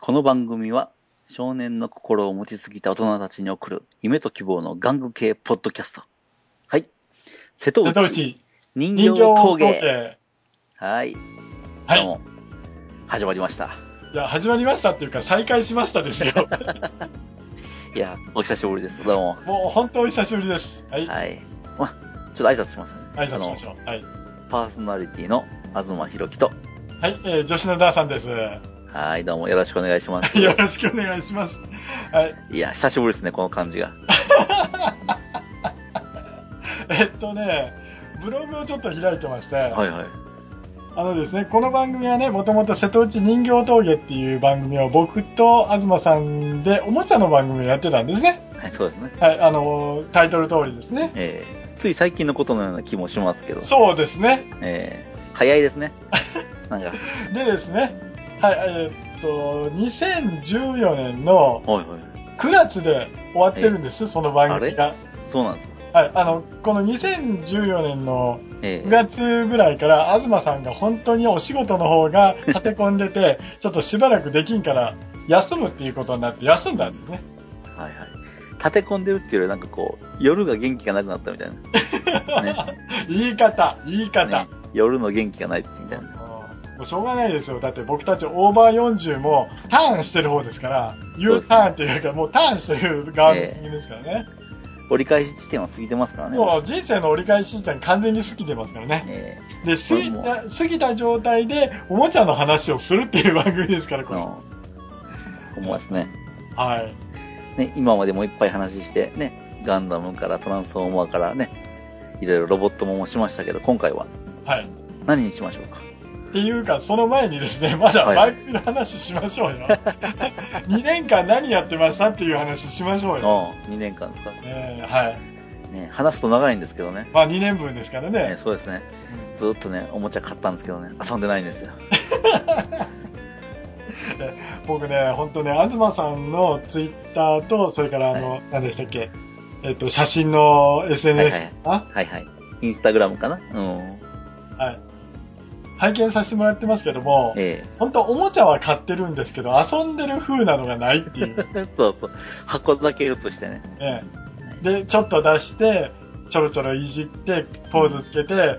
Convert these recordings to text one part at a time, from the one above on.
この番組は、少年の心を持ちすぎた大人たちに送る、夢と希望の玩具系ポッドキャスト。はい。瀬戸瀬戸内内人人形形陶陶芸芸。はい。どはういも。始まりました。いや始まりましたっていうか再開しましたですよいや、お久しぶりです。どうも。もう本当お久しぶりですはいはい。まあ、ちょっと挨拶しますね。挨拶しましょうはい、あのパーソナリティの東博樹と、はいえー、女子のダーさんですよはい、どうもよろしくお願いします。ろしくお願いしますはいいや、久しぶりですね、この感じが。えっとねブログをちょっと開いてまして、はいはい。あのですねこの番組はねもともと瀬戸内人形陶芸っていう番組を僕と東さんでおもちゃの番組をやってたんですねはい、そうですね。はいあのータイトル通りですねえーつい最近のことのような気もしますけど、そうですねえー早いです ね。なんか、でですね、はい、えーっと、2014年のはいはい。 9月で終わってるんです、その番組が。そうなんですよ。はい、あの、この2014年のえ9ー月ぐらいから、東さんが本当にお仕事の方が立て込んでて、 ちょっとしばらくできんから、休むっていうことになって、休んだんですね。 はいはい。立て込んでるっていうよりなんかこう、夜が元気がなくなったみたいな。ね言い方、言い方。ね夜の元気がないってみたいな。もうしょうがないですよ。だって僕たちオーバー40もターンしてる方ですから、U ターンっていうか、もうターンしてる側の人間ですからね。折り返し地点は過ぎてますからね。もう人生の折り返し時点完全に過ぎてますからね。えで、過ぎもうた、過ぎた状態でおもちゃの話をするっていう番組ですから、ーこれ。の、思いますね。はい。ね、今までもいっぱい話して、ね、ガンダムからトランスフォーマーからね、いろいろロボットもしましたけど、今回ははい。何にしましょうか。っていうか、その前にですね、 まだはい番組の話しましょうよ。2年間何やってましたっていう話しましょうよ。ああ、2年間ですか。えーはい。ね、話すと長いんですけどね。まあ2年分ですからねね。そうですね。ずっとね、おもちゃ買ったんですけどね、遊んでないんですよ。僕ね、本当ね、東さんのツイッターと、それからあの、何でしたっけ、えっと、写真の SNS ですか、はいはい。インスタグラムかなうん。はい。拝見させてもらってますけども、え本当おもちゃは買ってるんですけど遊んでる風なのがないっていう、え そうそう。箱だけ写してね。ね、でちょっと出してちょろちょろいじってポーズつけて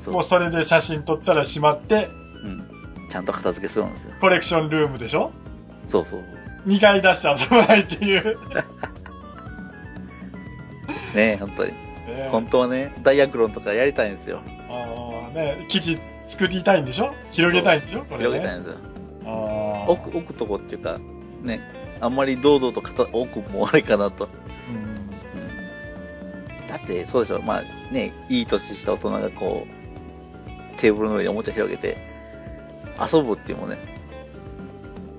そうもうそれで写真撮ったらしまってうん。ちゃんと片付けするんですよ。コレクションルームでしょそうそう。 2回出して遊ばないって いう、ね本当に。ね本当はね、ダイアクロンとかやりたいんですよ。あのね、生地作りたいんでしょ広げたいんでしょこれ、ね、広げたいんですよ。あー奥、奥とこっていうか、ね、あんまり堂々と片奥もあれかなと。うんうんだって、そうでしょ、まあね、いい年した大人がこう、テーブルの上におもちゃ広げて、遊ぶっていうのもね、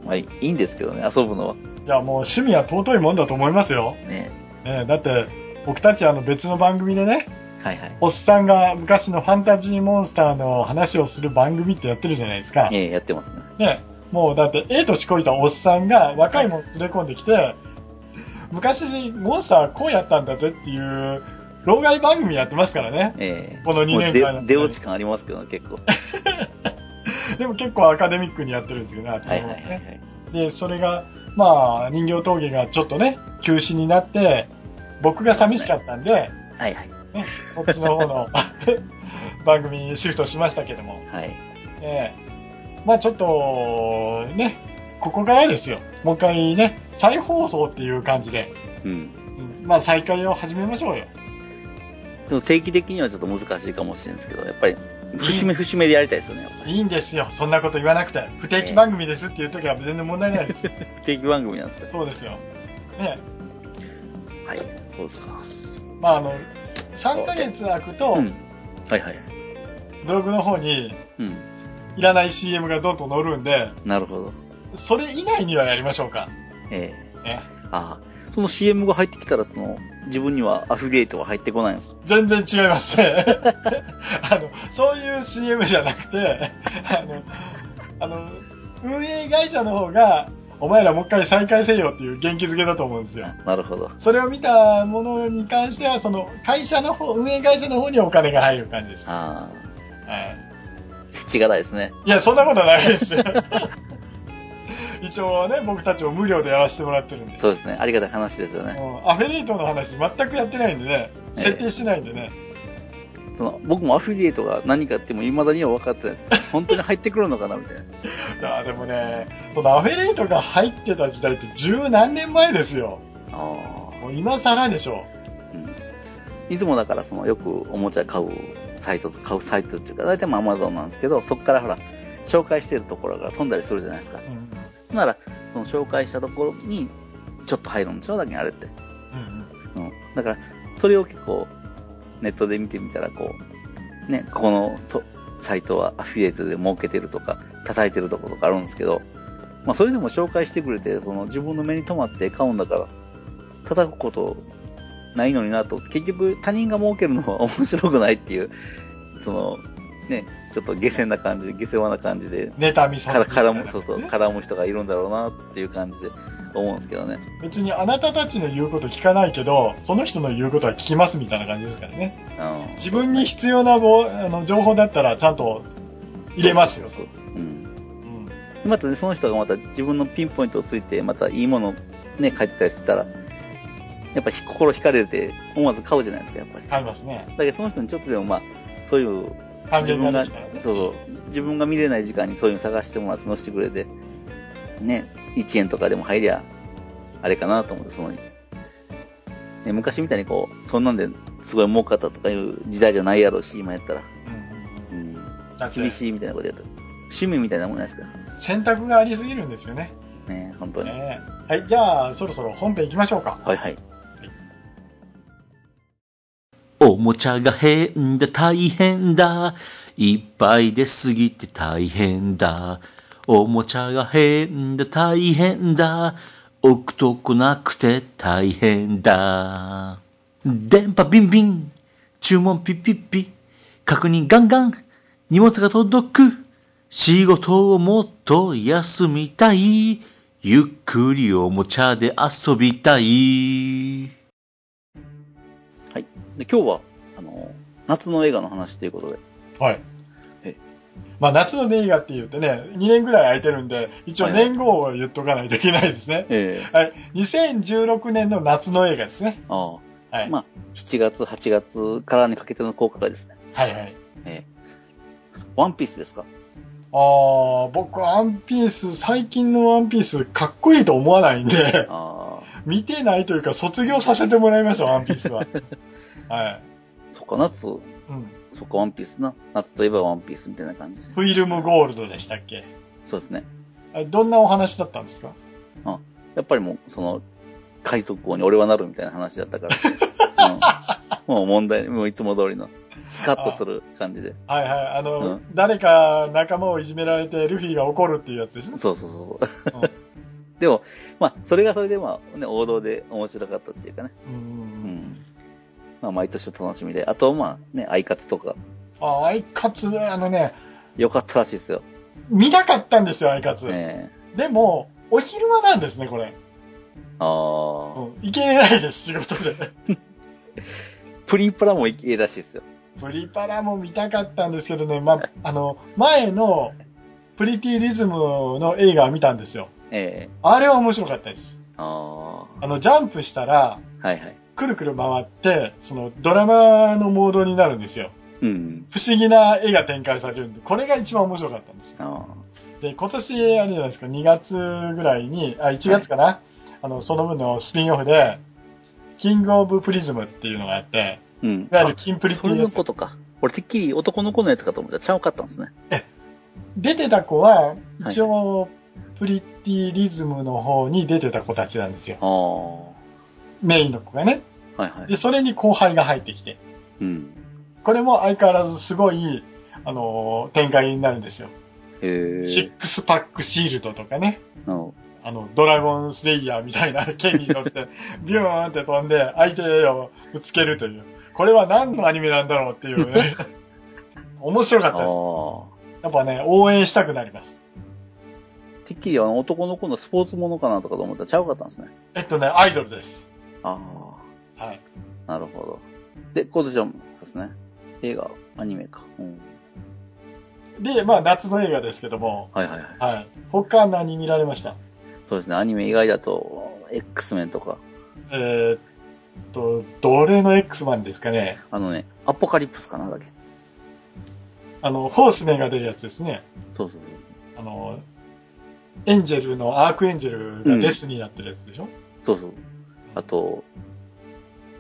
まあいいんですけどね、遊ぶのは。いやもう趣味は尊いもんだと思いますよ、ね。ね、だって僕たちあの別の番組でねはいはい。おっさんが昔のファンタジーモンスターの話をする番組ってやってるじゃないですか。ね、ええやってますね。もうだって、ええ年こいたおっさんが若いもん連れ込んできて、昔モンスターはこうやったんだぜっていう、老害番組やってますからね。ええこの2もう年出間の出落ち感ありますけどね、結構。はでも結構アカデミックにやってるんですけどね、あっちのい方はいははいはね。い。で、それが、まあ、人形峠がちょっとね、休止になって、僕が寂しかったんで、はいはい。そっちの方の 番組にシフトしましたけども。はい。ええまあちょっと、ね、ここからですよ。もう一回ね、再放送っていう感じで、うん。うんまあ再開を始めましょうよ。でも定期的にはちょっと難しいかもしれないですけど、やっぱり、節目節目でやりたいですよね、やっぱり。いいんですよ。そんなこと言わなくて。不定期番組ですっていう時は全然問題ないです。定期番組なんですけど。そうですよ。ね、はい。そうですか。まああの、3ヶ月空くとう、ん。はいはい。ブログの方にうん。いらない CM がどんどん載るんで、なるほど。それ以外にはやりましょうか。ええね、ああ、その CM が入ってきたら、その、自分にはアフィリエイトは入ってこないんですか全然違いますね。 あの、そういう CM じゃなくて、 あの、あの、運営会社の方が、お前らもう一回再開せよっていう元気づけだと思うんですよ。なるほど。それを見たものに関しては、その、会社の方、運営会社の方にお金が入る感じです。はああ、い。世知辛いですね。いや、そんなことないですよ。 一応ね、僕たちを無料でやらせてもらってるんで。そうですね。ありがたい話ですよね。うんアフィリエイトの話全くやってないんでね、ええ設定してないんでね。その僕もアフィリエイトが何かっても未だには分かってないです。本当に入ってくるのかなみたいな。いやでもね、そのアフィリエイトが入ってた時代って十何年前ですよ。あもう今更でしょ。あ。うん。いつもだからそのよくおもちゃ買うサイト、買うサイトっていうか、大体まあ Amazon なんですけど、そこからほら、紹介してるところから飛んだりするじゃないですかう。ん。なら、その紹介したところに、ちょっと入るんでしょだけにあれって。うんうん。だから、それを結構、ネットで見てみたら、こう、ね、ここのそサイトはアフィリエイトで儲けてるとか、叩いてるところとかあるんですけど、まあ、それでも紹介してくれて、その自分の目に留まって買うんだから、叩くことないのになと、結局他人が儲けるのは面白くないっていう、その、ね、ちょっと下船な感じ、下世話な感じで、妬みそから絡む、そうそう、絡む人がいるんだろうなっていう感じで思うんですけどね。別にあなたたちの言うこと聞かないけど、その人の言うことは聞きますみたいな感じですからね。うん自分に必要なぼあの情報だったらちゃんと入れますよ。そううん。うんでまたね、その人がまた自分のピンポイントをついて、またいいものをね、書いてたりしたら、やっぱひ心惹かれて、思わず買うじゃないですか、やっぱり。だ買いますね。けどその人にちょっとでもまあ、そういう、完自全分になが、るそからうね。そう、自分が見れない時間にそういうの探してもらって載せてくれて、ね、1円とかでも入りゃ、あれかなと思って、その、ね、昔みたいにこう、そんなんですごい儲かったとかいう時代じゃないやろうし、今やったら。うんうん。うんだって厳しいみたいなことやったら。趣味みたいなもんじゃないですか。選択がありすぎるんですよね。ね、本当に。ねはい、じゃあそろそろ本編行きましょうか。はいはい。おもちゃが変だ大変だいっぱい出すぎて大変だおもちゃが変だ大変だ置くとこなくて大変だ電波ビンビン注文ピッピッピ確認ガンガン荷物が届く仕事をもっと休みたいゆっくりおもちゃで遊びたいで今日はあの夏の映画の話ということで、はいえ。まあ夏の映画って言ってね、2年ぐらい空いてるんで、一応はいはい年号を言っとかないといけないですね。ええはい。2016年の夏の映画ですね。あはあい。まあ、7月、8月からにかけての効果がですね、はいはい。ワンピースですかああ、僕、ワンピース、最近のワンピース、かっこいいと思わないんで、 ああ、見てないというか、卒業させてもらいました、ワンピー スは。はい。そっか、夏、そうん。っか、ワンピースな。夏といえばワンピースみたいな感じで。フィルムゴールドでしたっけそうですね。あれどんなお話だったんですかやっぱりもう、その、海賊王に俺はなるみたいな話だったから。 うん、もう問題、もういつも通りの、スカッとする感じで。はいはい。あの、う誰か仲間をいじめられて、ルフィが怒るっていうやつですね。そうそうそうそううん。 でも、まあ、それがそれで、まあ、ね、王道で面白かったっていうかね。うんうんううん。ん。まあ、毎年の楽しみで。あと、まあ、ね、アイカツとか、あ、アイカツ、あのね、良かったらしいですよ。見なかったんですよ、アイカツ。ねでも、お昼間なんですね、これ。え。ああ。うん。いけないです、仕事で。 プリプラもいけらしいですよ。プリパラも見たかったんですけどね、まあ、あの、前のプリティリズムの映画を見たんですよ。ええあれは面白かったです。ああの、ジャンプしたら、あ。はいはい。くるくる回って、その、ドラマのモードになるんですよ。うん。不思議な絵が展開されるんで、これが一番面白かったんです。あで、今年、あれじゃないですか、2月ぐらいに、あ、1月かな、あの、その分のスピンオフで、キングオブプリズムっていうのがあって、あ。うんい。わゆるキンプリってそいれうやのつことか。俺、てっきり男の子のやつかと思ったら、ちゃうかったんですね。出てた子は、一応、プリティリズムの方に出てた子たちなんですよ。ああ。はメインの子がね。いはい。で、それに後輩が入ってきて。うん。これも相変わらずすごい、あのー展開になるんですよ。へえ。シックスパックシールドとかね。うんあの、ドラゴンスレイヤーみたいな剣に乗って、ビューンって飛んで、相手をぶつけるという。これは何のアニメなんだろうっていうね。面白かあったです。あ。やっぱね、応援したくなります。てっきりあの男の子のスポーツものかなとかと思ったら、ちゃうかったんですね。えっとね、アイドルです。あはい。あ。なるほど。で、今年は、そうですね。映画、アニメか。うん。で、まあ夏の映画ですけども、はいはいはい。はい。他何見られましたそうですね、アニメ以外だと、X メンとか、えーっと、奴隷の X マンですかね。あのね、アポカリプスかなだっけ。あの、ホースメンが出るやつですね。そうそうそう。あの、エンジェルの、アークエンジェルがデスになってるやつでしょ、そうそう。あと、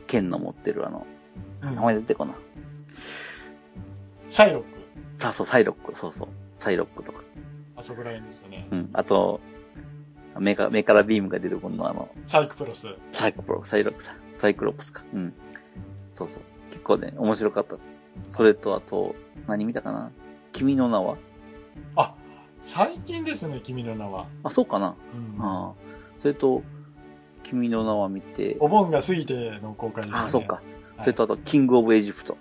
剣の持ってるあの、うん名前出てこない。シャイロック。さあ、そう、サイロック、そうそう。サイロックとか。あそこら辺ですよね。うん。あと、目か目からビームが出るこのあの、サイクプロス。サイクプロ、サイロックさ、サイクロプスか。うん。そうそう。結構ね、面白かったです。それと、あと、何見たかな君の名はあ、最近ですね、君の名は。あ、そうかなうんああ。それと、君の名は見て、お盆が過ぎての公開です、ね。ああ、そうか。はいそれと、あと、キングオブエジプト。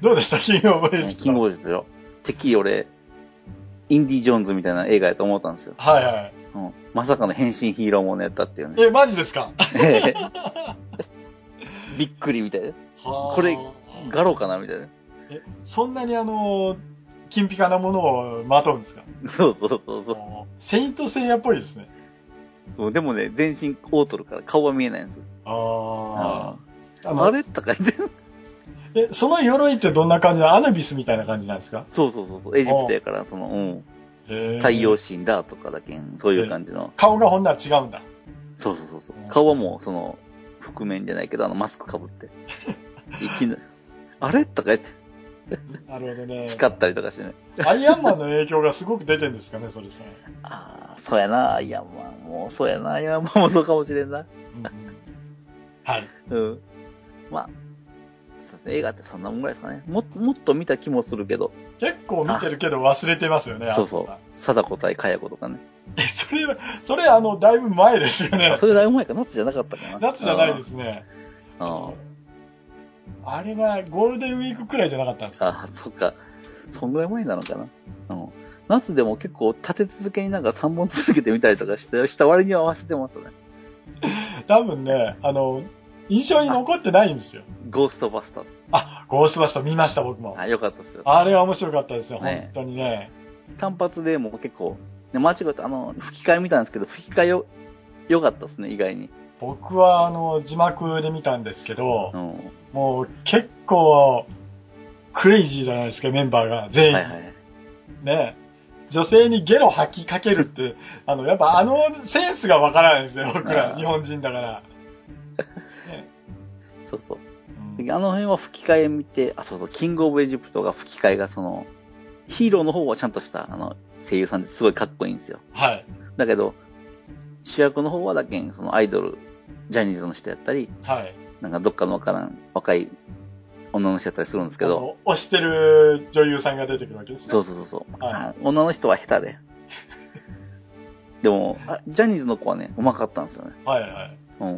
ど うでしたキングオブエねジプキングト。オブエジプトよ。てっきり俺、インディ・ジョーンズみたいな映画やと思ったんですよ。はいはい。うん。まさかの変身ヒーローものやったっていうね。 え、マジですかびっくりみたいな。ここれガロかなみたいな。え、そんなにあの、金ピカなものをまとうんですかそうそうそうそおーセイントセイヤっぽいですね。う。でもね、全身オートルから顔は見えないんです。あーああのあれとか言って。え、その鎧ってどんな感じなのアヌビスみたいな感じなんですかそうそうそうそう。エジプトやから、その、うん。太陽陽神だとかだけん、そういう感じの。顔がほんなら違うんだ。そうそうそうそう。顔はもう、その、覆面じゃないけど、あの、マスクかぶ って。いきなり、あれとか言って、なるほどね。光ったりとかしてね。アイアンマンの影響がすごく出てんですかね、それさ。ああ、そうやな、アイアンマン。もう、そうやな、アイアンマンもそうかもしれんな。うんうんはい。うん。まあ、そうですね、映画ってそんなもんぐらいですかね。も、もっと見た気もするけど。結構見てるけど忘れてますよね、そうそあなう。貞子対かや子とか ね。たえ、それは、それあの、だいぶ前ですよねあ、。 それだいぶ前か、夏じゃなかったかな。夏じゃないですね。あー。ああれはゴールデンウィークくらいじゃなかったんですかーあー、そっか。そんぐらい前なのかな。うん。夏でも結構立て続けになんか3本続けてみたりとかして、した割には合わせてますね。多分ね、あの、印象に残ってないんですよ。ゴーストバスターズ。あ、ゴーストバスター見ました、僕も。あ、よかったっすよ。あれは面白かったですよ、ね本当にね。単発でもう結構、ね、間違えて、あの、吹き替え見たんですけど、吹き替えよ、良かったっすね、意外に。僕はあの、字幕で見たんですけどう、ん。はもう結構、クレイジーじゃないですか、メンバーが。全い員。はい。ね。女性にゲロ吐きかけるって、あの、やっぱあのセンスがわからないですね、僕あら、ー日本人だから。そうそう。うんであの辺は吹き替え見て、あ、そうそう、キングオブエジプトが吹き替えがその、ヒーローの方はちゃんとした、あの、声優さんですごいかっこいいんですよ。はい。だけど、主役の方はだけん、そのアイドル、ジャニーズの人やったり、はい。なんかどっかのわからん若い女の人やったりするんですけあど、の推してる女優さんが出てくるわけですね。そうそうそうそう、はいあ女の人は下手で。 でもあジャニーズの子はね、うまかったんですよね。はいはい。うん。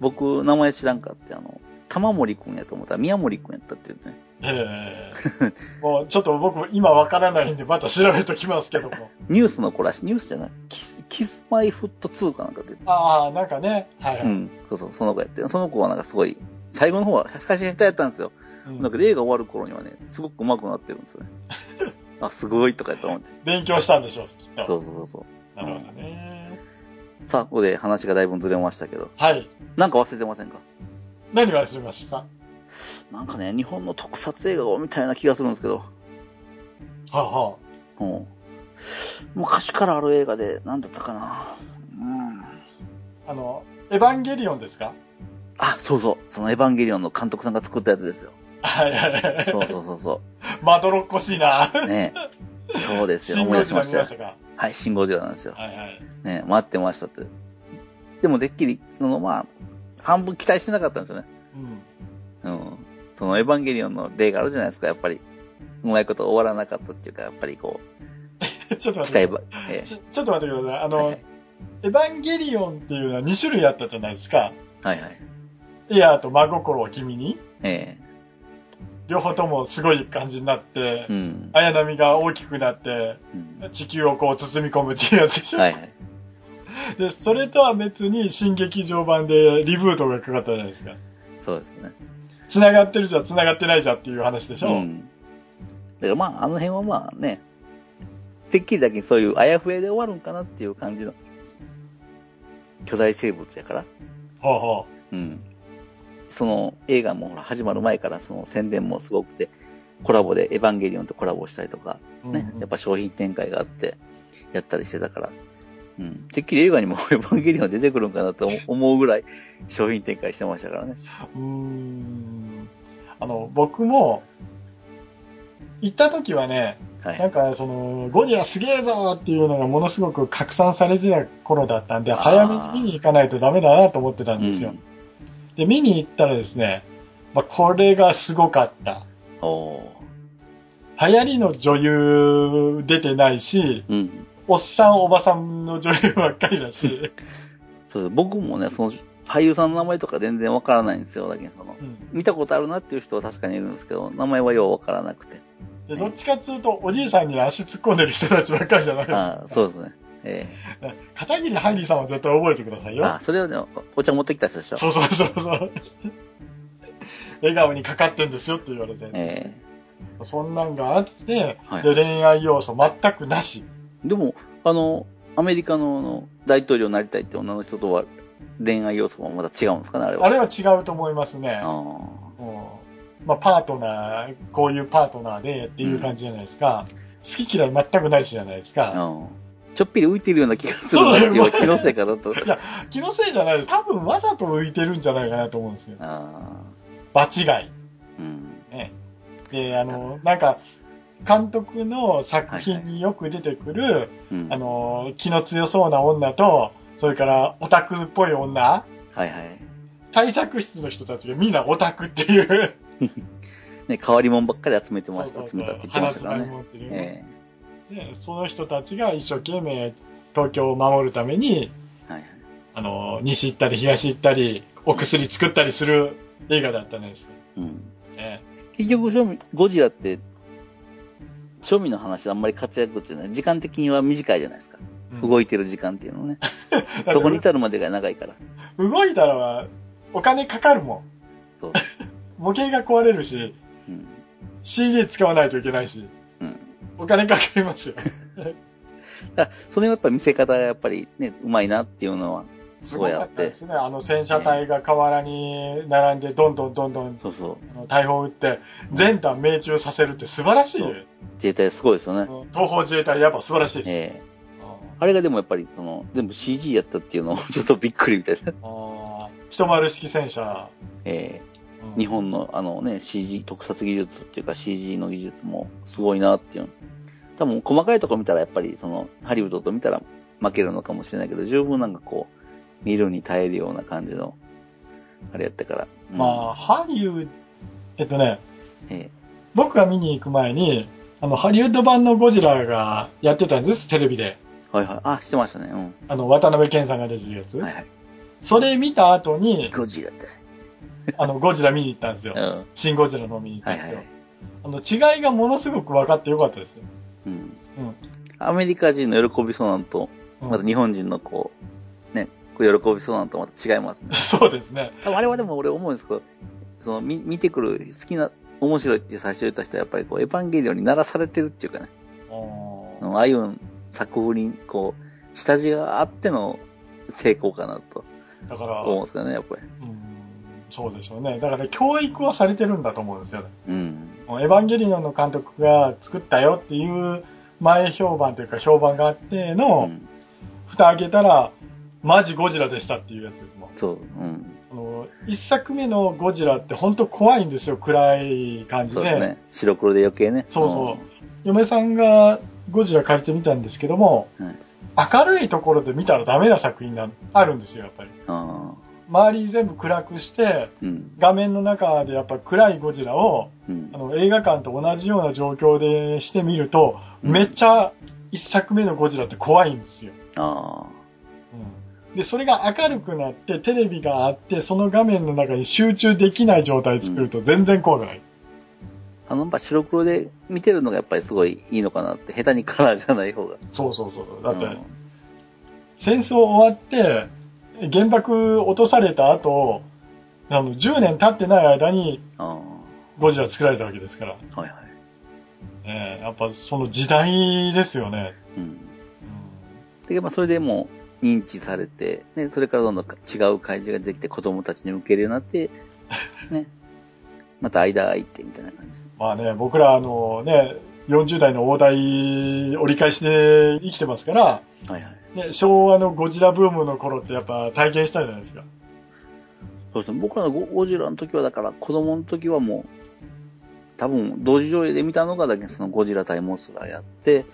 僕、名前知らんかって、あの、玉森くんやと思ったら宮森くんやったって言ってね。ええもうちょっと僕も今わからないんでまた調べときますけど も。ニュースの子らしい。ニュースじゃない。キス、キスマイフット2かなんかって言って。ああ、なんかね。はい、はういん。そうそう、その子やって。その子はなんかすごい、最後の方は、最初下手やったんですよ。うんだけど映画終わる頃にはね、すごく上手くなってるんですよ ね。あ、すごいとかやった思って。勉強したんでしょう、きっと。そうそうそうそう。なるほどね。さあ、ここで話がだいぶずれましたけど、はい。なんか忘れてませんか何忘れましたなんかね、日本の特撮映画をみたいな気がするんですけど、はあ、はうん。昔からある映画で、なんだったかな。うん。あ、あの、エヴァンゲリオンですかあ、そうそう。そのエヴァンゲリオンの監督さんが作ったやつですよ。はいはいはいそうそうそうそ まどろっこしいな。 う。ねえそうですよ。新思い出ゴジしラま見しまたよし。たかはい、シンゴジラなんですよ。はいはい。ねえ待ってましたって。でも、でっきり、その、まあ、半分期待してなかったんですよね。うん。うん。そのエヴァンゲリオンの例があるじゃないですか、やっぱり。うまいこと終わらなかったっていうか、やっぱりこ ちょっとう、待期って待くば、えださい。ちょちょっと待ってください。あえの、はいエヴァンゲリオンっていうのは2種類あったじゃないですか。はい。はいはい。エアーと真心を君に。え両方ともすごい感じになっえ、てうん。綾波が大きくなって、うん地球をこう包み込むっていうやつでしょ、はいはい。で、それとは別に新劇場版でリブートがかかったじゃないですか。そうですね。繋がってるじゃ繋がってないじゃっていう話でしょ、ん。だからまあ、あの辺はまあね、てっきりだけそういうあやふやで終わるんかなっていう感じの巨大生物やから、ほうほうん。その映画もほら始まる前からその宣伝もすごくて、コラボでエヴァンゲリオンとコラボしたりとか、う。ねう、んやっぱ商品展開があって、やったりしてたから、うん。てっきり映画にも エヴァンゲリオン出てくるんかなと思うぐらい商品展開してましたからね。うーんあの、僕も、行った時はね、は。ないんかその、ゴリラすげえぞっていうのがものすごく拡散されてた頃だったんで、あー早めに見に行かないとダメだなと思ってたんですよ。うんで、見に行ったらですね、まあ、これがすごかった。おー流行りの女優出てないし、うん。おっさんおばさんの女優ばっかりだし、そう僕もね、その俳優さんの名前とか全然わからないんですよ。だけどその、うん見たことあるなっていう人は確かにいるんですけど、名前はようわからなくて。でどっちかっていうと、おじいさんに足突っ込んでる人たちばっかりじゃないですか ああ、そうですね。え片桐ハリーさんは絶対覚えてくださいえよ。ああ、それをね、お茶持ってきた人でしょ。そうそうそうそう。笑顔にかかってんですよって言われて、えそんなんがあって、はいで恋愛要素全くなし。えでも、あの、アメリカのあの大統領になりたいって女の人とは恋愛要素はまた違うんですかね、あれは。あれは違うと思いますね。あうんまあ、パートナー、こういうパートナーでっていう感じじゃないですか。好き嫌い全くないしじゃないですあか。ああちょっぴり浮いてるような気がするなっていうのは気のせい かだと。気のせいじゃないです。多分わざと浮いてるんじゃないかなと思うんですよ。あ場違い。あ、うん。ね、で、あの、なんか、監督の作品によく出てくる、うん。はあいの、気の強そうな女と、それからオタクっぽい女、はい。対策室の人たちがみんなオタクっていう、ね、変わり者ばっかり集めてそまうしそた、う集そうめたって言ってま鼻したつかまらみね。持ってる、えでその人たちが一生懸命東京を守るために、えはいはい。あの、西行ったり東行ったり、お薬作ったりする映画だったんです。うん。ね、結局、庶民、ゴジラって、庶民の話であんまり活躍っていうのは、時間的には短いじゃないですか。うん動いてる時間っていうの ね。そこに至るまでが長いから。動いたらお金かかるもそう。ん。模型が壊れるし、うん。 CG 使わないといけないし、うんお金かかりますよ。だからそのやっぱ見せ方がやっぱりね、うまいなっていうのは、す そごうやかっったてで。すね。あの戦車隊が河原に並んで、どんどんどんどんそうそう。あの大砲撃って、全弾命中させるって素晴らしい。そう自衛隊すごいですよね。東方自衛隊やっぱ素晴らしいです。ええあれがでもやっぱり、その、全部 CG やったっていうのを ちょっとびっくりみたいな。あー一丸式戦車。ええうん日本のあのね、CG、特撮技術っていうか CG の技術もすごいなっていう。多分細かいとこ見たらやっぱりそのハリウッドと見たら負けるのかもしれないけど、十分なんかこう、見るに耐えるような感じの、あれやったから。うんまあ、ハリウッド、えっとね、え僕が見に行く前に、あの、ハリウッド版のゴジラがやってたんです、テレビえで。はいはい。あ、してましたね。うあの、渡辺謙さんが出てるやつ。ん。はいはい。それ見た後 に、ゴジラって。あの、ゴジラ見に行ったんですようん。。はシン・ゴジラの見に行ったんいではすよい。。あの、違いがものすごく分かってよかったですよ。うんうん。アメリカ人の喜びそうなんと、うんまた日本人のこう、ね、こう喜びそうなんとまた違います ね。そうですね。多分あれはでも俺思うんですけど、その、み見てくる好きな、面白いって最初言った人はやっぱりこう、エヴァンゲリオンに鳴らされてるっていうかね、あのああいう作風にこう、下地があっての成功かなとだから、思うんうですけどね、やっぱり。ん、そうでしょうね。だから教育はされてるんだと思うんですよ。うん。もうエヴァンゲリオンの監督が作ったよっていう前評判というか評判があってうの、ん。蓋開けたら、マジゴジラでしたっていうやつですもん。そう、うん。あの一作目のゴジラって本当怖いんですよ、暗い感じそうで。ですね。白黒で余計ね。そうそう嫁さんがゴジラ借りてみたんですけども、はい明るいところで見たらダメな作品があるんですよ、やっぱり。うん。あ周り全部暗くして、ーうん。画面の中でやっぱ暗いゴジラをうんあ。の映画館と同じような状況でしてみると、うんめっちゃ一作目のゴジラって怖いんですよ、あでそれが明るくなってテレビがあってその画面の中に集中できない状態作ると全然怖くない、あ。あの、やっぱ白黒で見てるのがやっぱりすごいいいのかなって、下手にカラーじゃない方が。そうそうそうだって、うん戦争終わって原爆落とされた後あの10年経ってない間にあゴジラ作られたわけですから、あ。はいはい。ねやっぱその時代ですよねうん。で、まあ、それでもう認知されて、ね、それからどんどん違う怪獣ができて子供たちに受けるようになって、ね、また間空いてみたいな感じです。まあね、僕らあのね、40代の大台折り返して生きてますから、はいはい。ね、昭和のゴジラブームの頃ってやっぱ体験したじゃないですか。そうですね、僕らのゴゴジラの時は、だから子供の時はもう、多分同時上映で見たのがだけそのゴジラ対モンスターやって、で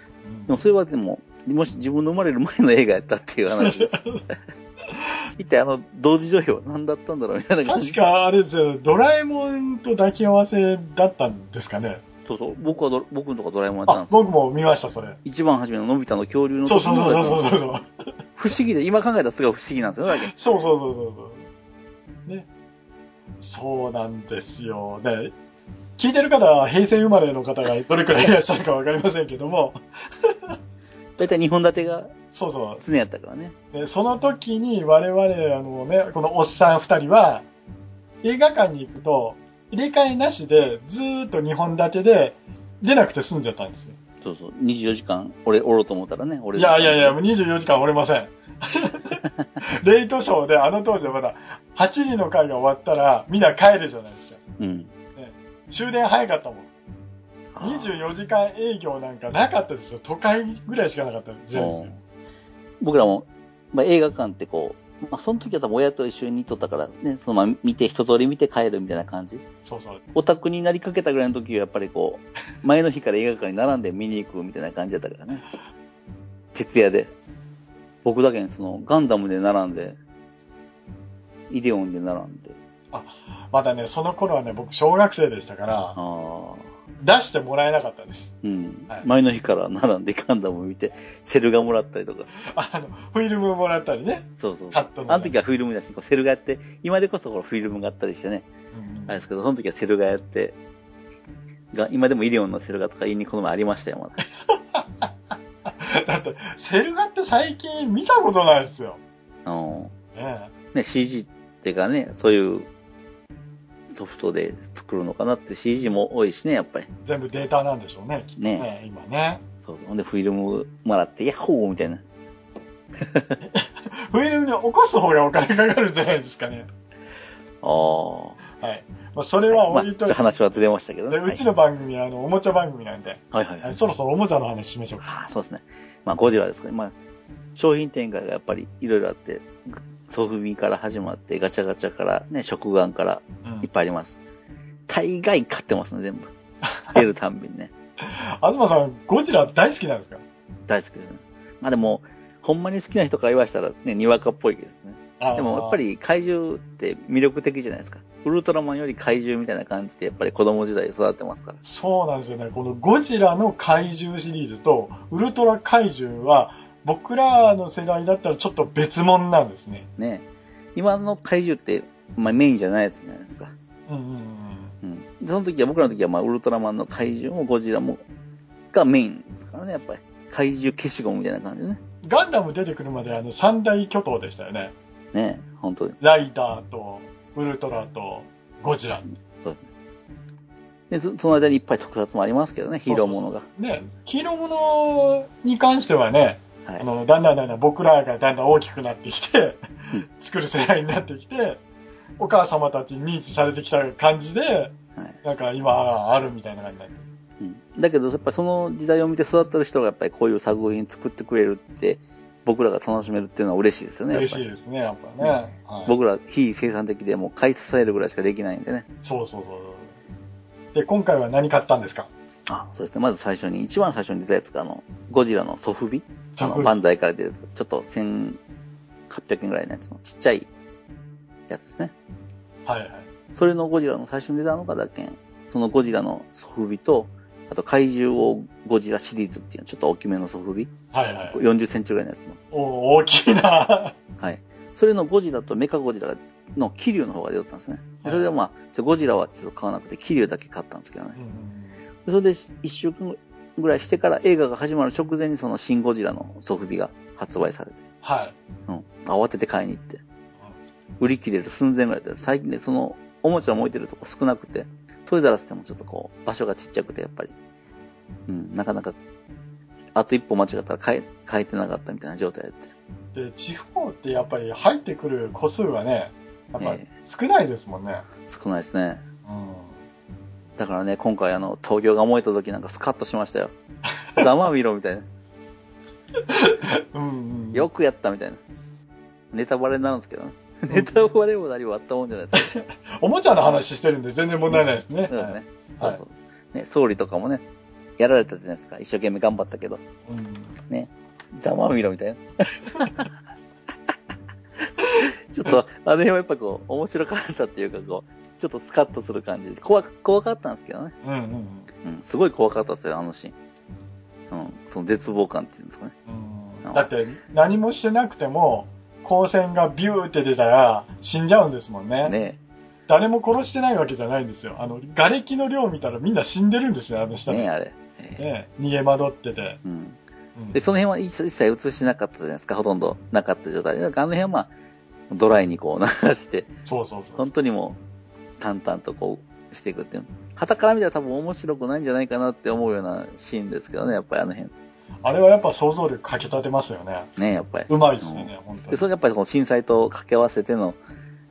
もそれはでも、もし自分の生まれる前の映画やったっていう話 で。一体あの同時上映は何だったんだろうみたいな感じ確。かあれですよ、ドラえもんと抱き合わせだったんですかね。そうそう、僕はド僕のとこドラえもんやったんあで、すよ。僕も見ました、それ。一番初めののび太の恐竜のそう時そうのそうそうだそうからそう。不思議で、今考えたらすごい不思議なんですよ、だけどそうそうそうそうそう。ね。そうなんですよ。ね。聞いてる方は平成生まれの方がどれくらいいらっしゃるかわかりませんけども、大体2本立てがそうそ常やったからね。う。でその時に我々、あのね、このおっさん二人は、映画館に行くと、入れ替えなしで、ずーっと2本立てで、出なくて済んじゃったんですよ。そうそう、24時間、俺、おろうと思ったらね、俺いやいやいや、もう24時間折れません。 レイトショーで、あの当時はまだ、8時の回が終わったら、みんな帰るじゃないですか。うん。終電早かったもん。あー24時間営業なんかなかったですよ。都会ぐらいしかなかった時代ですよ。僕らも、まあ、映画館ってこう、まあ、その時は多分親と一緒に行っとったから、ね、そのまま見て一通り見て帰るみたいな感じ。そうそう。オタクになりかけたぐらいの時はやっぱりこ う、前の日から映画館に並んで見に行くみたいな感じだったからね。徹夜で。僕だけにそのガンダムで並んで、イデオンで並んで。まだね、その頃はね、僕小学生でしたから、ああ。出してもらえなかったです。うんはい。前の日から並んでガンダム見て、セルガもらったりとか。あの、フィルムもらったりね。そうそうそ買っう。たのねあの時はフィルムだし、こうセルガやって、今でこそほらフィルムがあったりしてね。あれですけど、その時はセルガやって、が今でもイデオンのセルガとか家にこの前ありましたよ、まだ。 だって、セルガって最近見たことないですよ。あのねね、CG っていうかね、そういうソフトで作るのかなって CG も多いしね、やっぱりえ、。全部データなんでしょうね、きっとねね今ね。そうそう。ほんでフィルムもらって、ヤッホーみたいな。フィルムに起こす方がお金かかるんじゃないですかね。ああ。はい。まあ、それはまあ、置いちとょっといて、話はずれましたけどね。でうちの番組はあの、おもちゃ番組なんで、はいはいはいはいそろそろおもちゃの話しましょうか。ああ、そうですね。まあ、ゴジラですかね。まあ、商品展開がやっぱりいろいろあって、ソフビから始まって、ガチャガチャから、ね、食玩からうんいっぱいあります。大概買ってますね、全部。出るたんびにね。 東さん、ゴジラ大好きなんですか大好きですね。まあでも、ほんまに好きな人から言わしたらね、にわかっぽいですね。でもやっぱ、り怪獣って魅力的じゃないですか。ウルトラマンより怪獣みたいな感じでやっぱり子供時代育ってますからあー。そうなんですよね。このゴジラの怪獣シリーズと、ウルトラ怪獣は、僕らの世代だったらちょっと別物なんですね。ね。今の怪獣って、まあメインじゃないやつじゃないですか。うんうんうん。うん。でその時は僕らの時はまあウルトラマンの怪獣もゴジラもがメインですからね、やっぱり。怪獣消しゴムみたいな感じでね。ガンダム出てくるまであの三大巨頭でしたよね。ね本当に。ライダーと、ウルトラと、ゴジラ。そうですね。で、そその間にいっぱい特撮もありますけどね、ヒーローものが。ね、黄色物に関してはね、はあい。の、だんだんだんだん僕らがだんだん大きくなってきて うん、作る世代になってきて、お母様たちに認知されてきた感じで、はいなんか今あるみたいな感じになってるうん、だけどやっぱりその時代を見て育ってる人がやっぱりこういう作品作ってくれるって僕らが楽しめるっていうのは嬉しいですよねやっ嬉ぱしいりですね、やっぱね。はい、僕ら非生産的でもう買い支えるぐらいしかできないんでねそうそうそうそう。で、今回は何買ったんですかあそうですねまず最初に一番最初に出たやつがあのゴジラのソフビあのソフビバンダイから出るやつちょっと1800円ぐらいのやつのちっちゃいやつですねはいはい。それのゴジラの最初に出たのがだけんそのゴジラのソフビとあと怪獣王ゴジラシリーズっていうのちょっと大きめのソフビはいはい。 4 0センチぐらいのやつのお大きいな。はい。それのゴジラとメカゴジラのキリュウの方が出よったんですね。ではいそれでまあ、ちょゴジラはちょっと買わなくて、キリュウだけ買ったんですけどうね。んでそれで1週間ぐらいしてから映画が始まる直前にその新ゴジラのソフビが発売されて、はい。うん。慌てて買いに行って。売り切れる寸前ぐらいで、最近ね、そのおもちゃを置いてるとこ少なくて、トイザらスでもちょっとこう、場所がちっちゃくて、やっぱり。うん、なかなかあと一歩間違ったら変え、変えてなかったみたいな状態だって。で地方ってやっぱり入ってくる個数がねやっぱえ少ないですもんね、少ないですね。うんだからね、今回あの、東京が燃えた時なんかスカッとしましたよ。ざまあみろみたいな。うんうん、よくやったみたいな。ネタバレになるんですけどね。ネタバレも何もあったもんじゃないですか。おもちゃの話してるんで全然問題ないですね。だからね。はいそうそうね、総理とかもね、やられたじゃないですか。一生懸命頑張ったけど。うんざまあみろみたいな。 ちょっと、あの辺はやっぱこう、面白かったっていうかこう、ちょっとスカッとする感じで、怖か怖かったんですけどね。うんうんうん、すごい怖かったですよ、あのシーン。うん、その絶望感っていうんですかね。うんだって何もしてなくても光線がビューって出たら死んじゃうんですもんねね誰も殺してないわけじゃないんですよあの瓦礫の量見たらみんな死んでるんですよあのえ、人ねえ、ねあれ。ええ逃げ惑ってて、うん。うんで、その辺は一切一切映してなかったじゃないですか、ほとんどなかった状態で。だからあの辺はまあ、ドライにこう流して、そうそうそう本当にもう、淡々とこうしていくっていう。旗から見たら多分面白くないんじゃないかなって思うようなシーンですけどね、やっぱりあの辺。あれはやっぱ想像力かき立てますよねね、やっぱり。うまいですよね、本当で、にそれやっぱりその震災と掛け合わせての、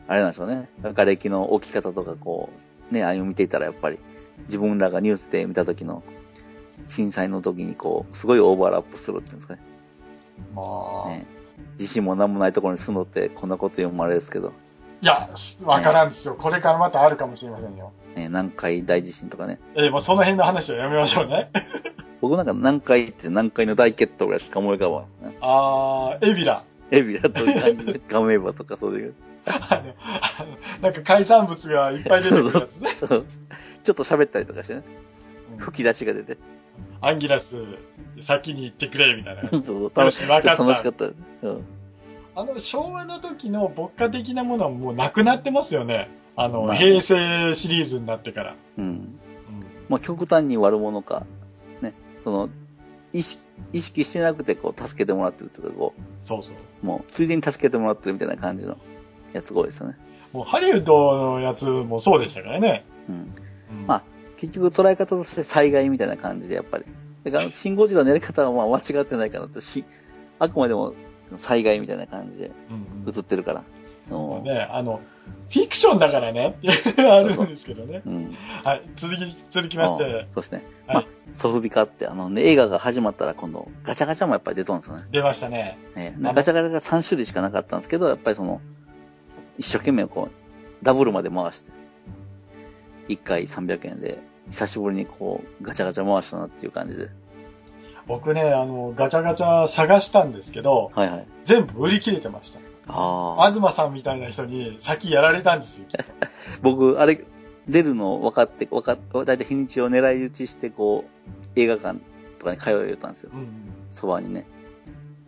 あれなんでしょうね。瓦礫の置き方とか、こう、ね、ああいうの見ていたらやっぱり、自分らがニュースで見た時の、震災の時にこう、すごいオーバーラップするっていうんですかね。まあ、ね自信も何もないところに住んどって、こんなこと言うのもあれですけど、いやわからんですよこれからまたあるかもしれませんよね、南海大地震とかね。えーもうその辺の話はやめましょう ね僕なんか南海って南海の大決闘ぐらいしか思い浮かばないですね。あーエビラエビラとガメーバとかそう いう。あの、あのなんか海産物がいっぱい出てくるやつ ね。ちょっと喋ったりとかしてね。うん吹き出しが出て。アンギラス、先に行ってくれ、みたいな。そうそうよ楽ししわかった楽しかった。うん。あの、昭和の時の牧歌的なものはもうなくなってますよね。あの、まあ平成シリーズになってから。うん。うんまあ、極端に悪者か、ね、その、意識意識してなくて、こう、助けてもらってるというか、こそうそう。う、もう、ついでに助けてもらってるみたいな感じのやつが多いですよね。もうハリウッドのやつもそうでしたからね。うん。うんまあ結局、捉え方として災害みたいな感じで、やっぱり。だから、シン・ゴジラのやり方は、まあ、間違ってないかなって、し、あくまでも、災害みたいな感じでうんうん映ってるから。もううんね、あの、フィクションだからね。 あるんですけどね。うん。はい、続き、続きましうんそて、うですね。はいまあ、ソフビカって、あのね、映画が始まったら今度、ガチャガチャもやっぱり出とんですよね。出ましたね。ねあのガチャガチャが3種類しかなかったんですけど、やっぱりその、一生懸命こう、ダブルまで回して、1回300円で、久しぶりにこう、ガチャガチャ回したなっていう感じで。僕ね、あの、ガチャガチャ探したんですけど、はいはい。全部売り切れてました。ああ。東さんみたいな人に先やられたんですよ、きっと。僕、あれ、出るの分かって、分かっだいたい日にちを狙い撃ちして、こう、映画館とかに通うよったんですよう。んそばにね。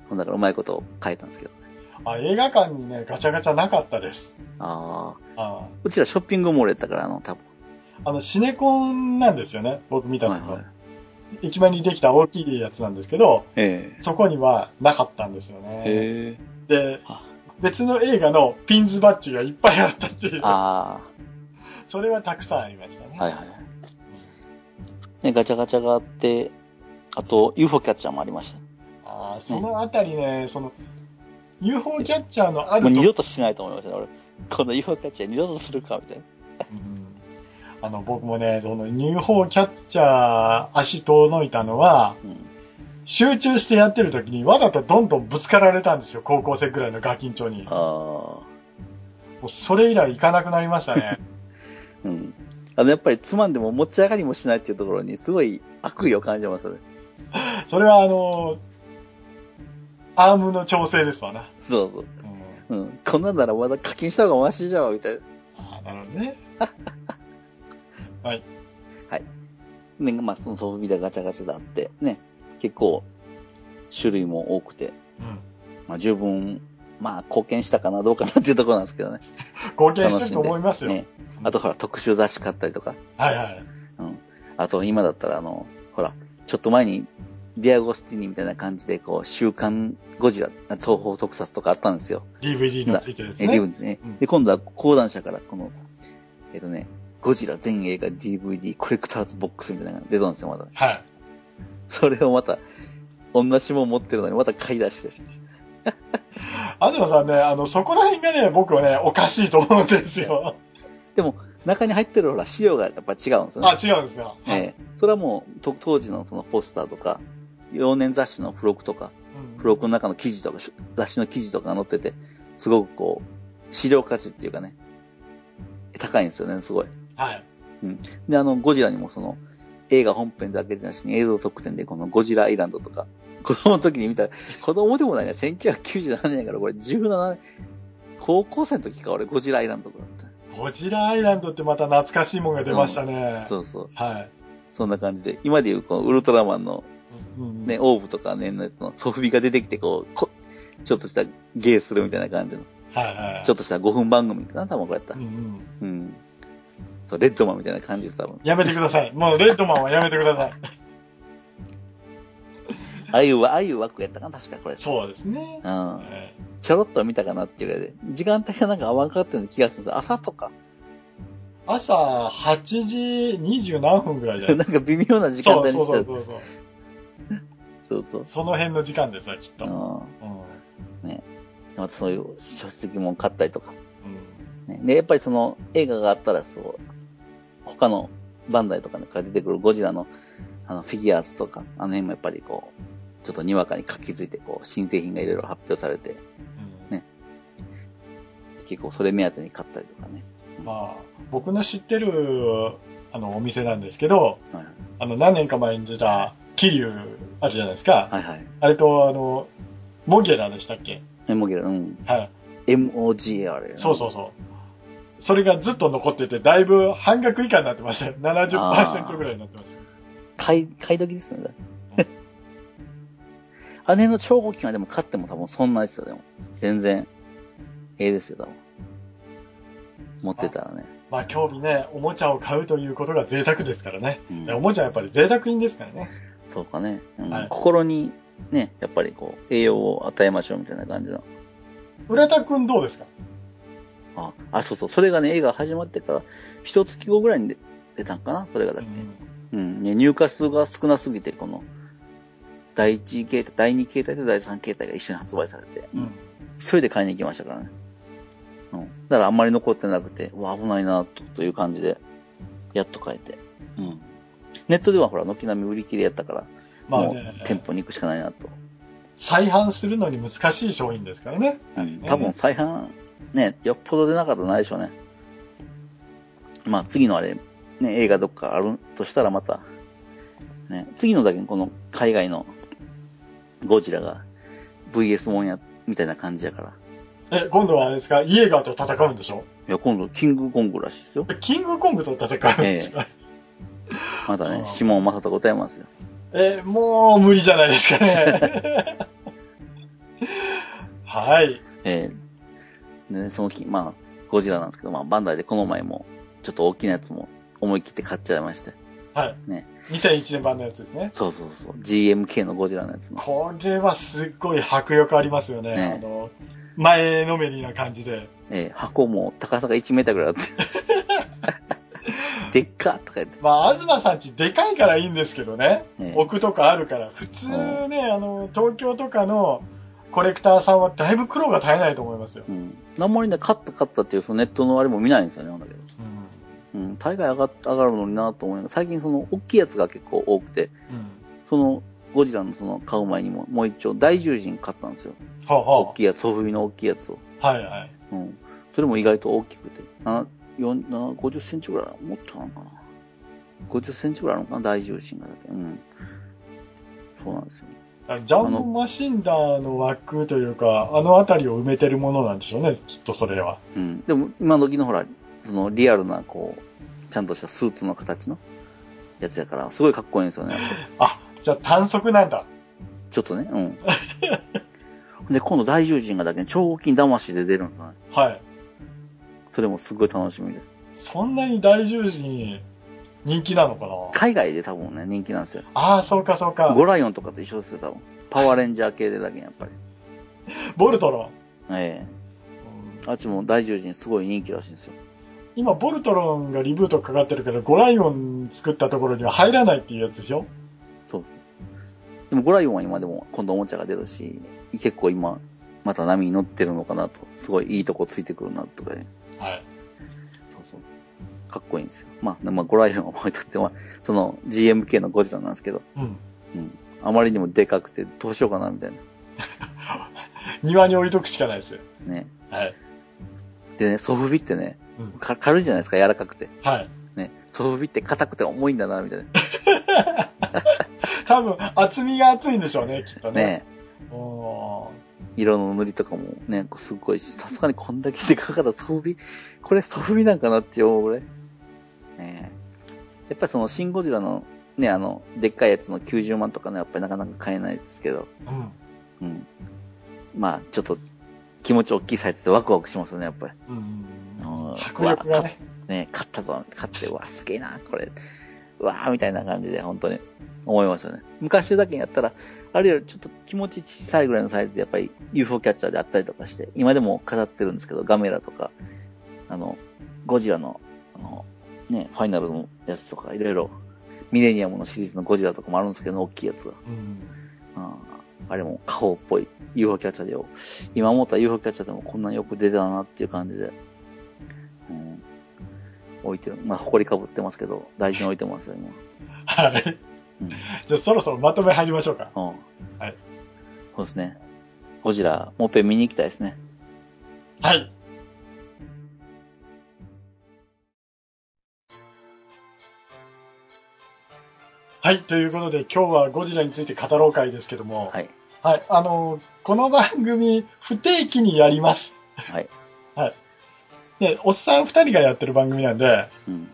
ほんだからうまいこと書いたんですけど。あ映画館にね、ガチャガチャなかったです。ああ。あうちらショッピングモールやったから、あの、多分。あの、シネコンなんですよね、僕見たはのいが、はい。駅前にできた大きいやつなんですけど、えそこにはなかったんですよえ。ね。へえ。であ、別の映画のピンズバッジがいっぱいあったっていう、あそれはたくさんありましたね。あ。はいはいはい。ね、ガチャガチャがあって、あと UFO キャッチャーもありました。ああ、そのあたりね、その、UFO キャッチャーのあもう二ると、度としないと思いましたね、俺。この UFO キャッチャー二度とするか、みたいな。うんあの、僕もね、その UFO キャッチャー足遠のいたのは、うん。集中してやってる時にわざとどんどんぶつかられたんですよ高校生くらいのガキンチョにもあうそれ以来行かなくなりましたね あ。うん。あの、やっぱりつまんでも持ち上がりもしないっていうところに、すごい悪意を感じますよね。それはあのアームの調整ですわな、そうそう。うんうん。こんなんならまだ課金した方がマシじゃん、みたいな。あーなるほどねね、まあ、そのソフビでガチャガチャだって、ね。結構、種類も多くて、うんまあ、十分、まあ、貢献したかな、どうかなっていうところなんですけどね。貢献してると思いますよ、ね。あと、ほら、特集雑誌買ったりとか。はいはいうん。あと、今だったら、あの、ほら、ちょっと前に、ディアゴスティーニみたいな感じで、こう、週刊ゴジラ、東方特撮とかあったんですよ。 DVD のついてるやつえ、ね DVD ですねうん。で、今度は講談社から、この、えっ、とね、ゴジラ全映画 DVD コレクターズボックスみたいなのが出たんですよ、まだ。はいそれをまた、同じもん持ってるのにまた買い出してる。東さんね、あの、そこら辺がね、僕はね、おかしいと思うんですよ。中に入ってるほら資料がやっぱ違うんですよね。あ、違うんですよ。はいええそれはもうと当時のそのポスターとか、幼年雑誌の付録とか、うん付録の中の記事とか、し雑誌の記事とかが載ってて、すごくこう、資料価値っていうかね、高いんですよね、すごい。はい。で、あの、ゴジラにもその、映画本編だけでなしに映像特典でこのゴジラアイランドとか、子供の時に見た、子供でもないね、1997年やからこれ17年、高校生の時か、俺ゴジラアイランドとかだっゴジラアイランドってまた懐かしいもんが出ましたねた。。そうそう。はい。そんな感じで、今でいうこのウルトラマンのうんね、オーブとかね、のやつのソフビが出てきて、こう、こちょっとした芸するみたいな感じの、はいはい。ちょっとした5分番組かな、多分これやったうん。うんうん。そう、レッドマンみたいな感じです、多分。やめてください。もうレッドマンはやめてください。ああいうわ、ああいう枠やったかな、確かこれ。そうですね。うん。えちょろっと見たかなっていうぐらいで、時間帯がなんか合わんかったような気がするんです朝とか、 朝8時20何分ぐらいじゃ なないんか微妙な時間そう帯にそうしてそたう。そうそう。そうそう。その辺の時間ですわ、きっと。ううんん。またそういう書籍も買ったりとか。うんね、で、やっぱりその映画があったら、そう、他のバンダイとかね、から出てくるゴジラのあのフィギュアーツとか、あの辺もやっぱりこう、ちょっとにわかに活気づいて、こう、新製品がいろいろ発表されて、うんね結構それ目当てに買ったりとかね。まあ、僕の知ってるあのお店なんですけど、はいあの何年か前に出た桐生あるじゃないですか。はいはい。あれと、あの、モゲラでしたっけメモギラ、うん。はい。 MOGR。そうそうそう。それがずっと残ってて、だいぶ半額以下になってましたよ。70%ぐらいになってました。買い、買い時ですね。 あの辺の超合金はでも買っても多分そんなですよ、でも。全然、ええですよ、多分。持ってたらね。まあ、興味ね、おもちゃを買うということが贅沢ですからね。うんおもちゃはやっぱり贅沢品ですからね。そうかね。うんはい心に、ね、やっぱりこう、栄養を与えましょうみたいな感じの。浦田くんどうですかあ、あ、そうそう。それがね、映画始まってから、一月後ぐらいに出出たんかなそれがだっけ。うん。ね、入荷数が少なすぎて、この、第一形態、第二形態と第三形態が一緒に発売されて、うんうん一人で買いに行きましたからね。うん。だからあんまり残ってなくて、うわ、危ないなと、という感じで、やっと買えて。うん。ネットではほら、軒並み売り切れやったから、まあもねう、店舗に行くしかないなと。再販するのに難しい商品ですからね。うん多分再販、ね、よっぽど出なかったらないでしょうね。まあ次のあれ、ね、映画どっかあるとしたらまた、ね、次のだけこの海外のゴジラが VS もんや、みたいな感じやから。え、今度はあれですかイエーガーと戦うんでしょいや、今度キングコングらしいですよ。えキングコングと戦うんですか、またあねあ、シモン・マサト答えますよ。えもう無理じゃないですかね。はい。ええでね、そのき、まあ、ゴジラなんですけど、まあ、バンダイでこの前も、ちょっと大きなやつも思い切って買っちゃいまして。はい。ね2001年版のやつですね。そうそうそう。GMK のゴジラのやつも。これはすっごい迫力ありますよね。ねあの、前のめりな感じで。えー箱も高さが1メーターぐらいあって。でっかとか言って。まあ、東さんちでかいからいいんですけどね。えー奥とかあるから。普通ね、あの、東京とかのコレクターさんはだいぶ苦労が絶えないと思いますよ。うん。あんまりね、勝った勝ったっていうそのネットのあれも見ないんですよね、なんだけど。うん。うん。大概上がっ上がるのになと思いながら、最近その大きいやつが結構多くて、そのゴジラのその買う前にも、もう一丁大獣人買ったんですよ。はあ、大はきいやつ、ソフビの大きいやつを。あ、はいはい。うん。それも意外と大きくて、な4 7 50センチぐらい、もっとあるのかな。50センチぐらいあるのかな、大重心がだけ。うん。そうなんですよ。あのジャンボマシンダーの枠というか、あの辺りを埋めてるものなんでしょうね、きっとそれは。うん、でも今時のほらそのリアルなこうちゃんとしたスーツの形のやつやからすごいかっこいいんですよねあ、じゃあ短足なんだ。ちょっとねうんで今度大獣人がだけ超大きい魂で出るんですよねはい。それもすごい楽しみでそんなに大獣人人気なのかな海外で多分ね人気なんですよああ、そうかそうか。ゴライオンとかと一緒ですよ多分パワーレンジャー系でだけやっぱりボルトロえン。えあっちも大獣人すごい人気らしいんですよ今、ボルトロンがリブートかかってるけど、ゴライオン作ったところには入らないっていうやつでしょそうでもゴライオンは今でも今度おもちゃが出るし、結構今、また波に乗ってるのかなと、すごいいいとこついてくるなとかね。はい。そうそう。かっこいいんですよ。まあ、まあ、ゴライオンは思い立って、まあ、その GMK のゴジラなんですけど、うん。あまりにもでかくてどうしようかなみたい庭に置いとくしかないですよ。な。ね。はい。でね、ソフビってねうん、か軽いじゃないですか、柔らかくて。はい。ね。ソフビって硬くて重いんだな、みたいな。多分、厚みが厚いんでしょうね、きっとね。ね。おー色の塗りとかもね、すっごいし、さすがにこんだけでかかったらソフビ、これソフビなんかなって思う、俺。ねえやっぱりそのシンゴジラのね、あの、でっかいやつの90万とかね、やっぱりなかなか買えないですけど、うん。うん。まあ、ちょっと、気持ち大きいサイズでワクワクしますよね、やっぱり。うんあー迫力がね。ね、勝ったぞ、勝って、うわ、すげえな、これ、うわーみたいな感じで、本当に思いますよね。昔だけやったら、あるよりちょっと気持ち小さいぐらいのサイズで、やっぱり UFO キャッチャーであったりとかして、今でも飾ってるんですけど、ガメラとか、あの、ゴジラの、あの、ね、ファイナルのやつとか、いろいろ、ミレニアムのシリーズのゴジラとかもあるんですけど、大きいやつが。うん。あーあれも、カホっぽい UFO キャッチャーでよ。今思ったら UFO キャッチャーでもこんなによく出てたなっていう感じで。うん。置いてる。まあ、埃かぶってますけど、大事に置いてますよ、今。はい。うんじゃあそろそろまとめ入りましょうか。うん。はい。そうですね。ゴジラ、もういっぺん見に行きたいですね。はい。はい、ということで今日はゴジラについて語ろう会ですけども、はい。はい、あのこの番組不定期にやります。はい。はい。で、おっさん二人がやってる番組なんで、うん。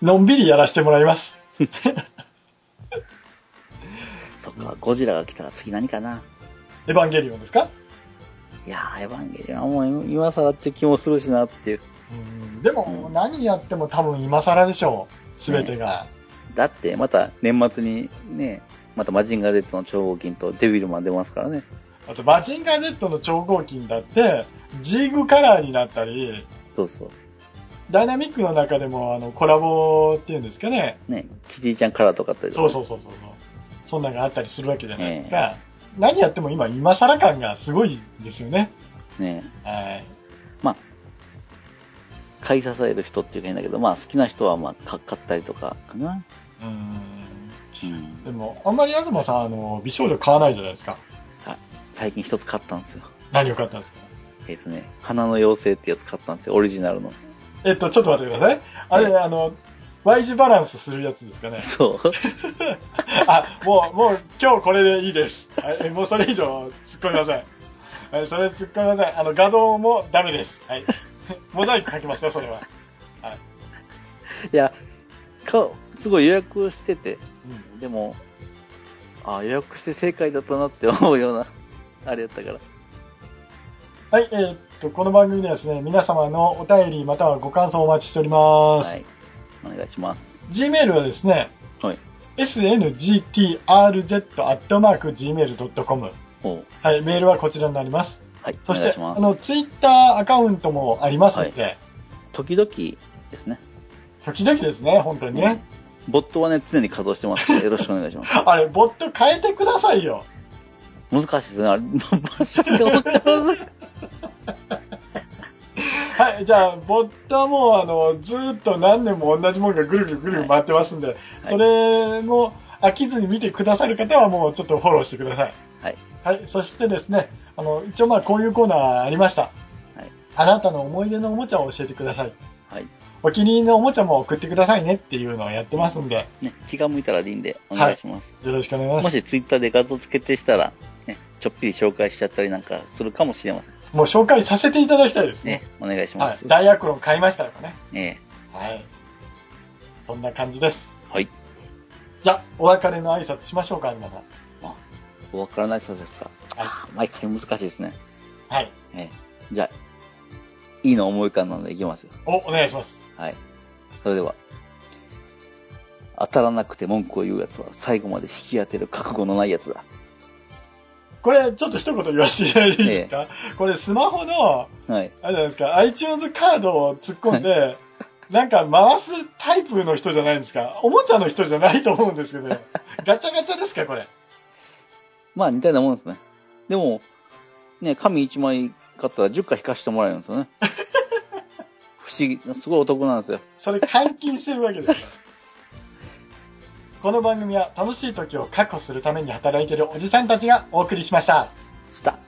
のんびりやらせてもらいます。そっか、ゴジラが来たら次何かな。エヴァンゲリオンですかいやー、エヴァンゲリオンはもう今更って気もするしなっていう。うん、でも、うん何やっても多分今更でしょう、すべてが。だって、また年末にね、またマジンガー Z の超合金とデビルマン出ますからね。あと、マジンガー Z の超合金だって、ジーグカラーになったり、そうそう。ダイナミックの中でもあのコラボっていうんですかね。ね、キティちゃんカラーとかあったりとそかうね、そうそうそう。そんなのがあったりするわけじゃないですか。何やっても今、今更感がすごいですよね。ね、はい。買い支える人っていうか変だけど、まあ好きな人はまあか買ったりとかかな。うん。うん。でも、あんまり東さん、あの、美少女買わないじゃないですか。最近一つ買ったんですよ。何を買ったんですかえっ、とね、花の妖精ってやつ買ったんですよ、オリジナ ルの。えっと、ちょっと待ってください。あれ、あの、Y 字バランスするやつですかね。そう。 あ、もう、もう、今日これでいいです。はい、もうそれ以上突っ込みません。はい、それ突っ込みません。あの、画像もダメです。はい。 モザイク書きますよ、それは。いや、かすごい予約をしてて、うん。でも、あ予約して正解だったなって思うような、 あれやったから。はい、えーっと、この番組ではですね、皆様のお便りまたはご感想をお待ちしておりまはす。い。お願いします。 Gmail はですね、はい sngtrz.gmail.com。おうはい、メールはこちらになります。はい。そしお願いして、あますの、Twitter アカウントもありますので、時々ですね。時々ですね、本当にね。ボットはね、常に稼働してますので、よろしくお願いします。あれ、ボット変えてくださいよ。難しいですね。あれ、場所がわからない。はい、じゃあ、ボットはもう、あの、ずーっと何年も同じもんがぐるぐるぐるぐる回ってますんで、それも飽きずに見てくださる方はもうちょっとフォローしてください。はい。はい、そしてですね、あの、一応まあこういうコーナーありました。はい。あなたの思い出のおもちゃを教えてください。はい。お気に入りのおもちゃも送ってくださいねっていうのをやってますんで、 ね、気が向いたらリンでお願いします。よろしくお願いしまもす。しツイッターで画像付けてしたら、ね、ちょっぴり紹介しちゃったりなんかするかもしれませんもう紹介させていただきたいですねね。。お願いしまはす。い。ダイヤクロン買いましたとかね。えはい。そんな感じです。えはい。じゃあ、お別れの挨拶しましょうか、東さん。お分からないそうですか。あー毎回難しいですね。はい。じゃあ、いいの思い浮かんだのでいきますよ。お、お願いします。はい。それでは、当たらなくて文句を言うやつは最後まで引き当てる覚悟のないやつだ。これ、ちょっと一言言わせていただいていいで すか、これ、スマホの、はい。あれじゃないですか、iTunes カードを突っ込ん で、なんか回すタイプの人じゃないんですかおもちゃの人じゃないと思うんですけど、ガチャガチャですか、これ。まあ似たようなもんですね。でも、ね、紙1枚買ったら10回引かしてもらえるんですよね。不思議、すごいお得なんですよ。それ監禁してるわけですからこの番組は楽しい時を確保するために働いているおじさんたちがお送りしました。した。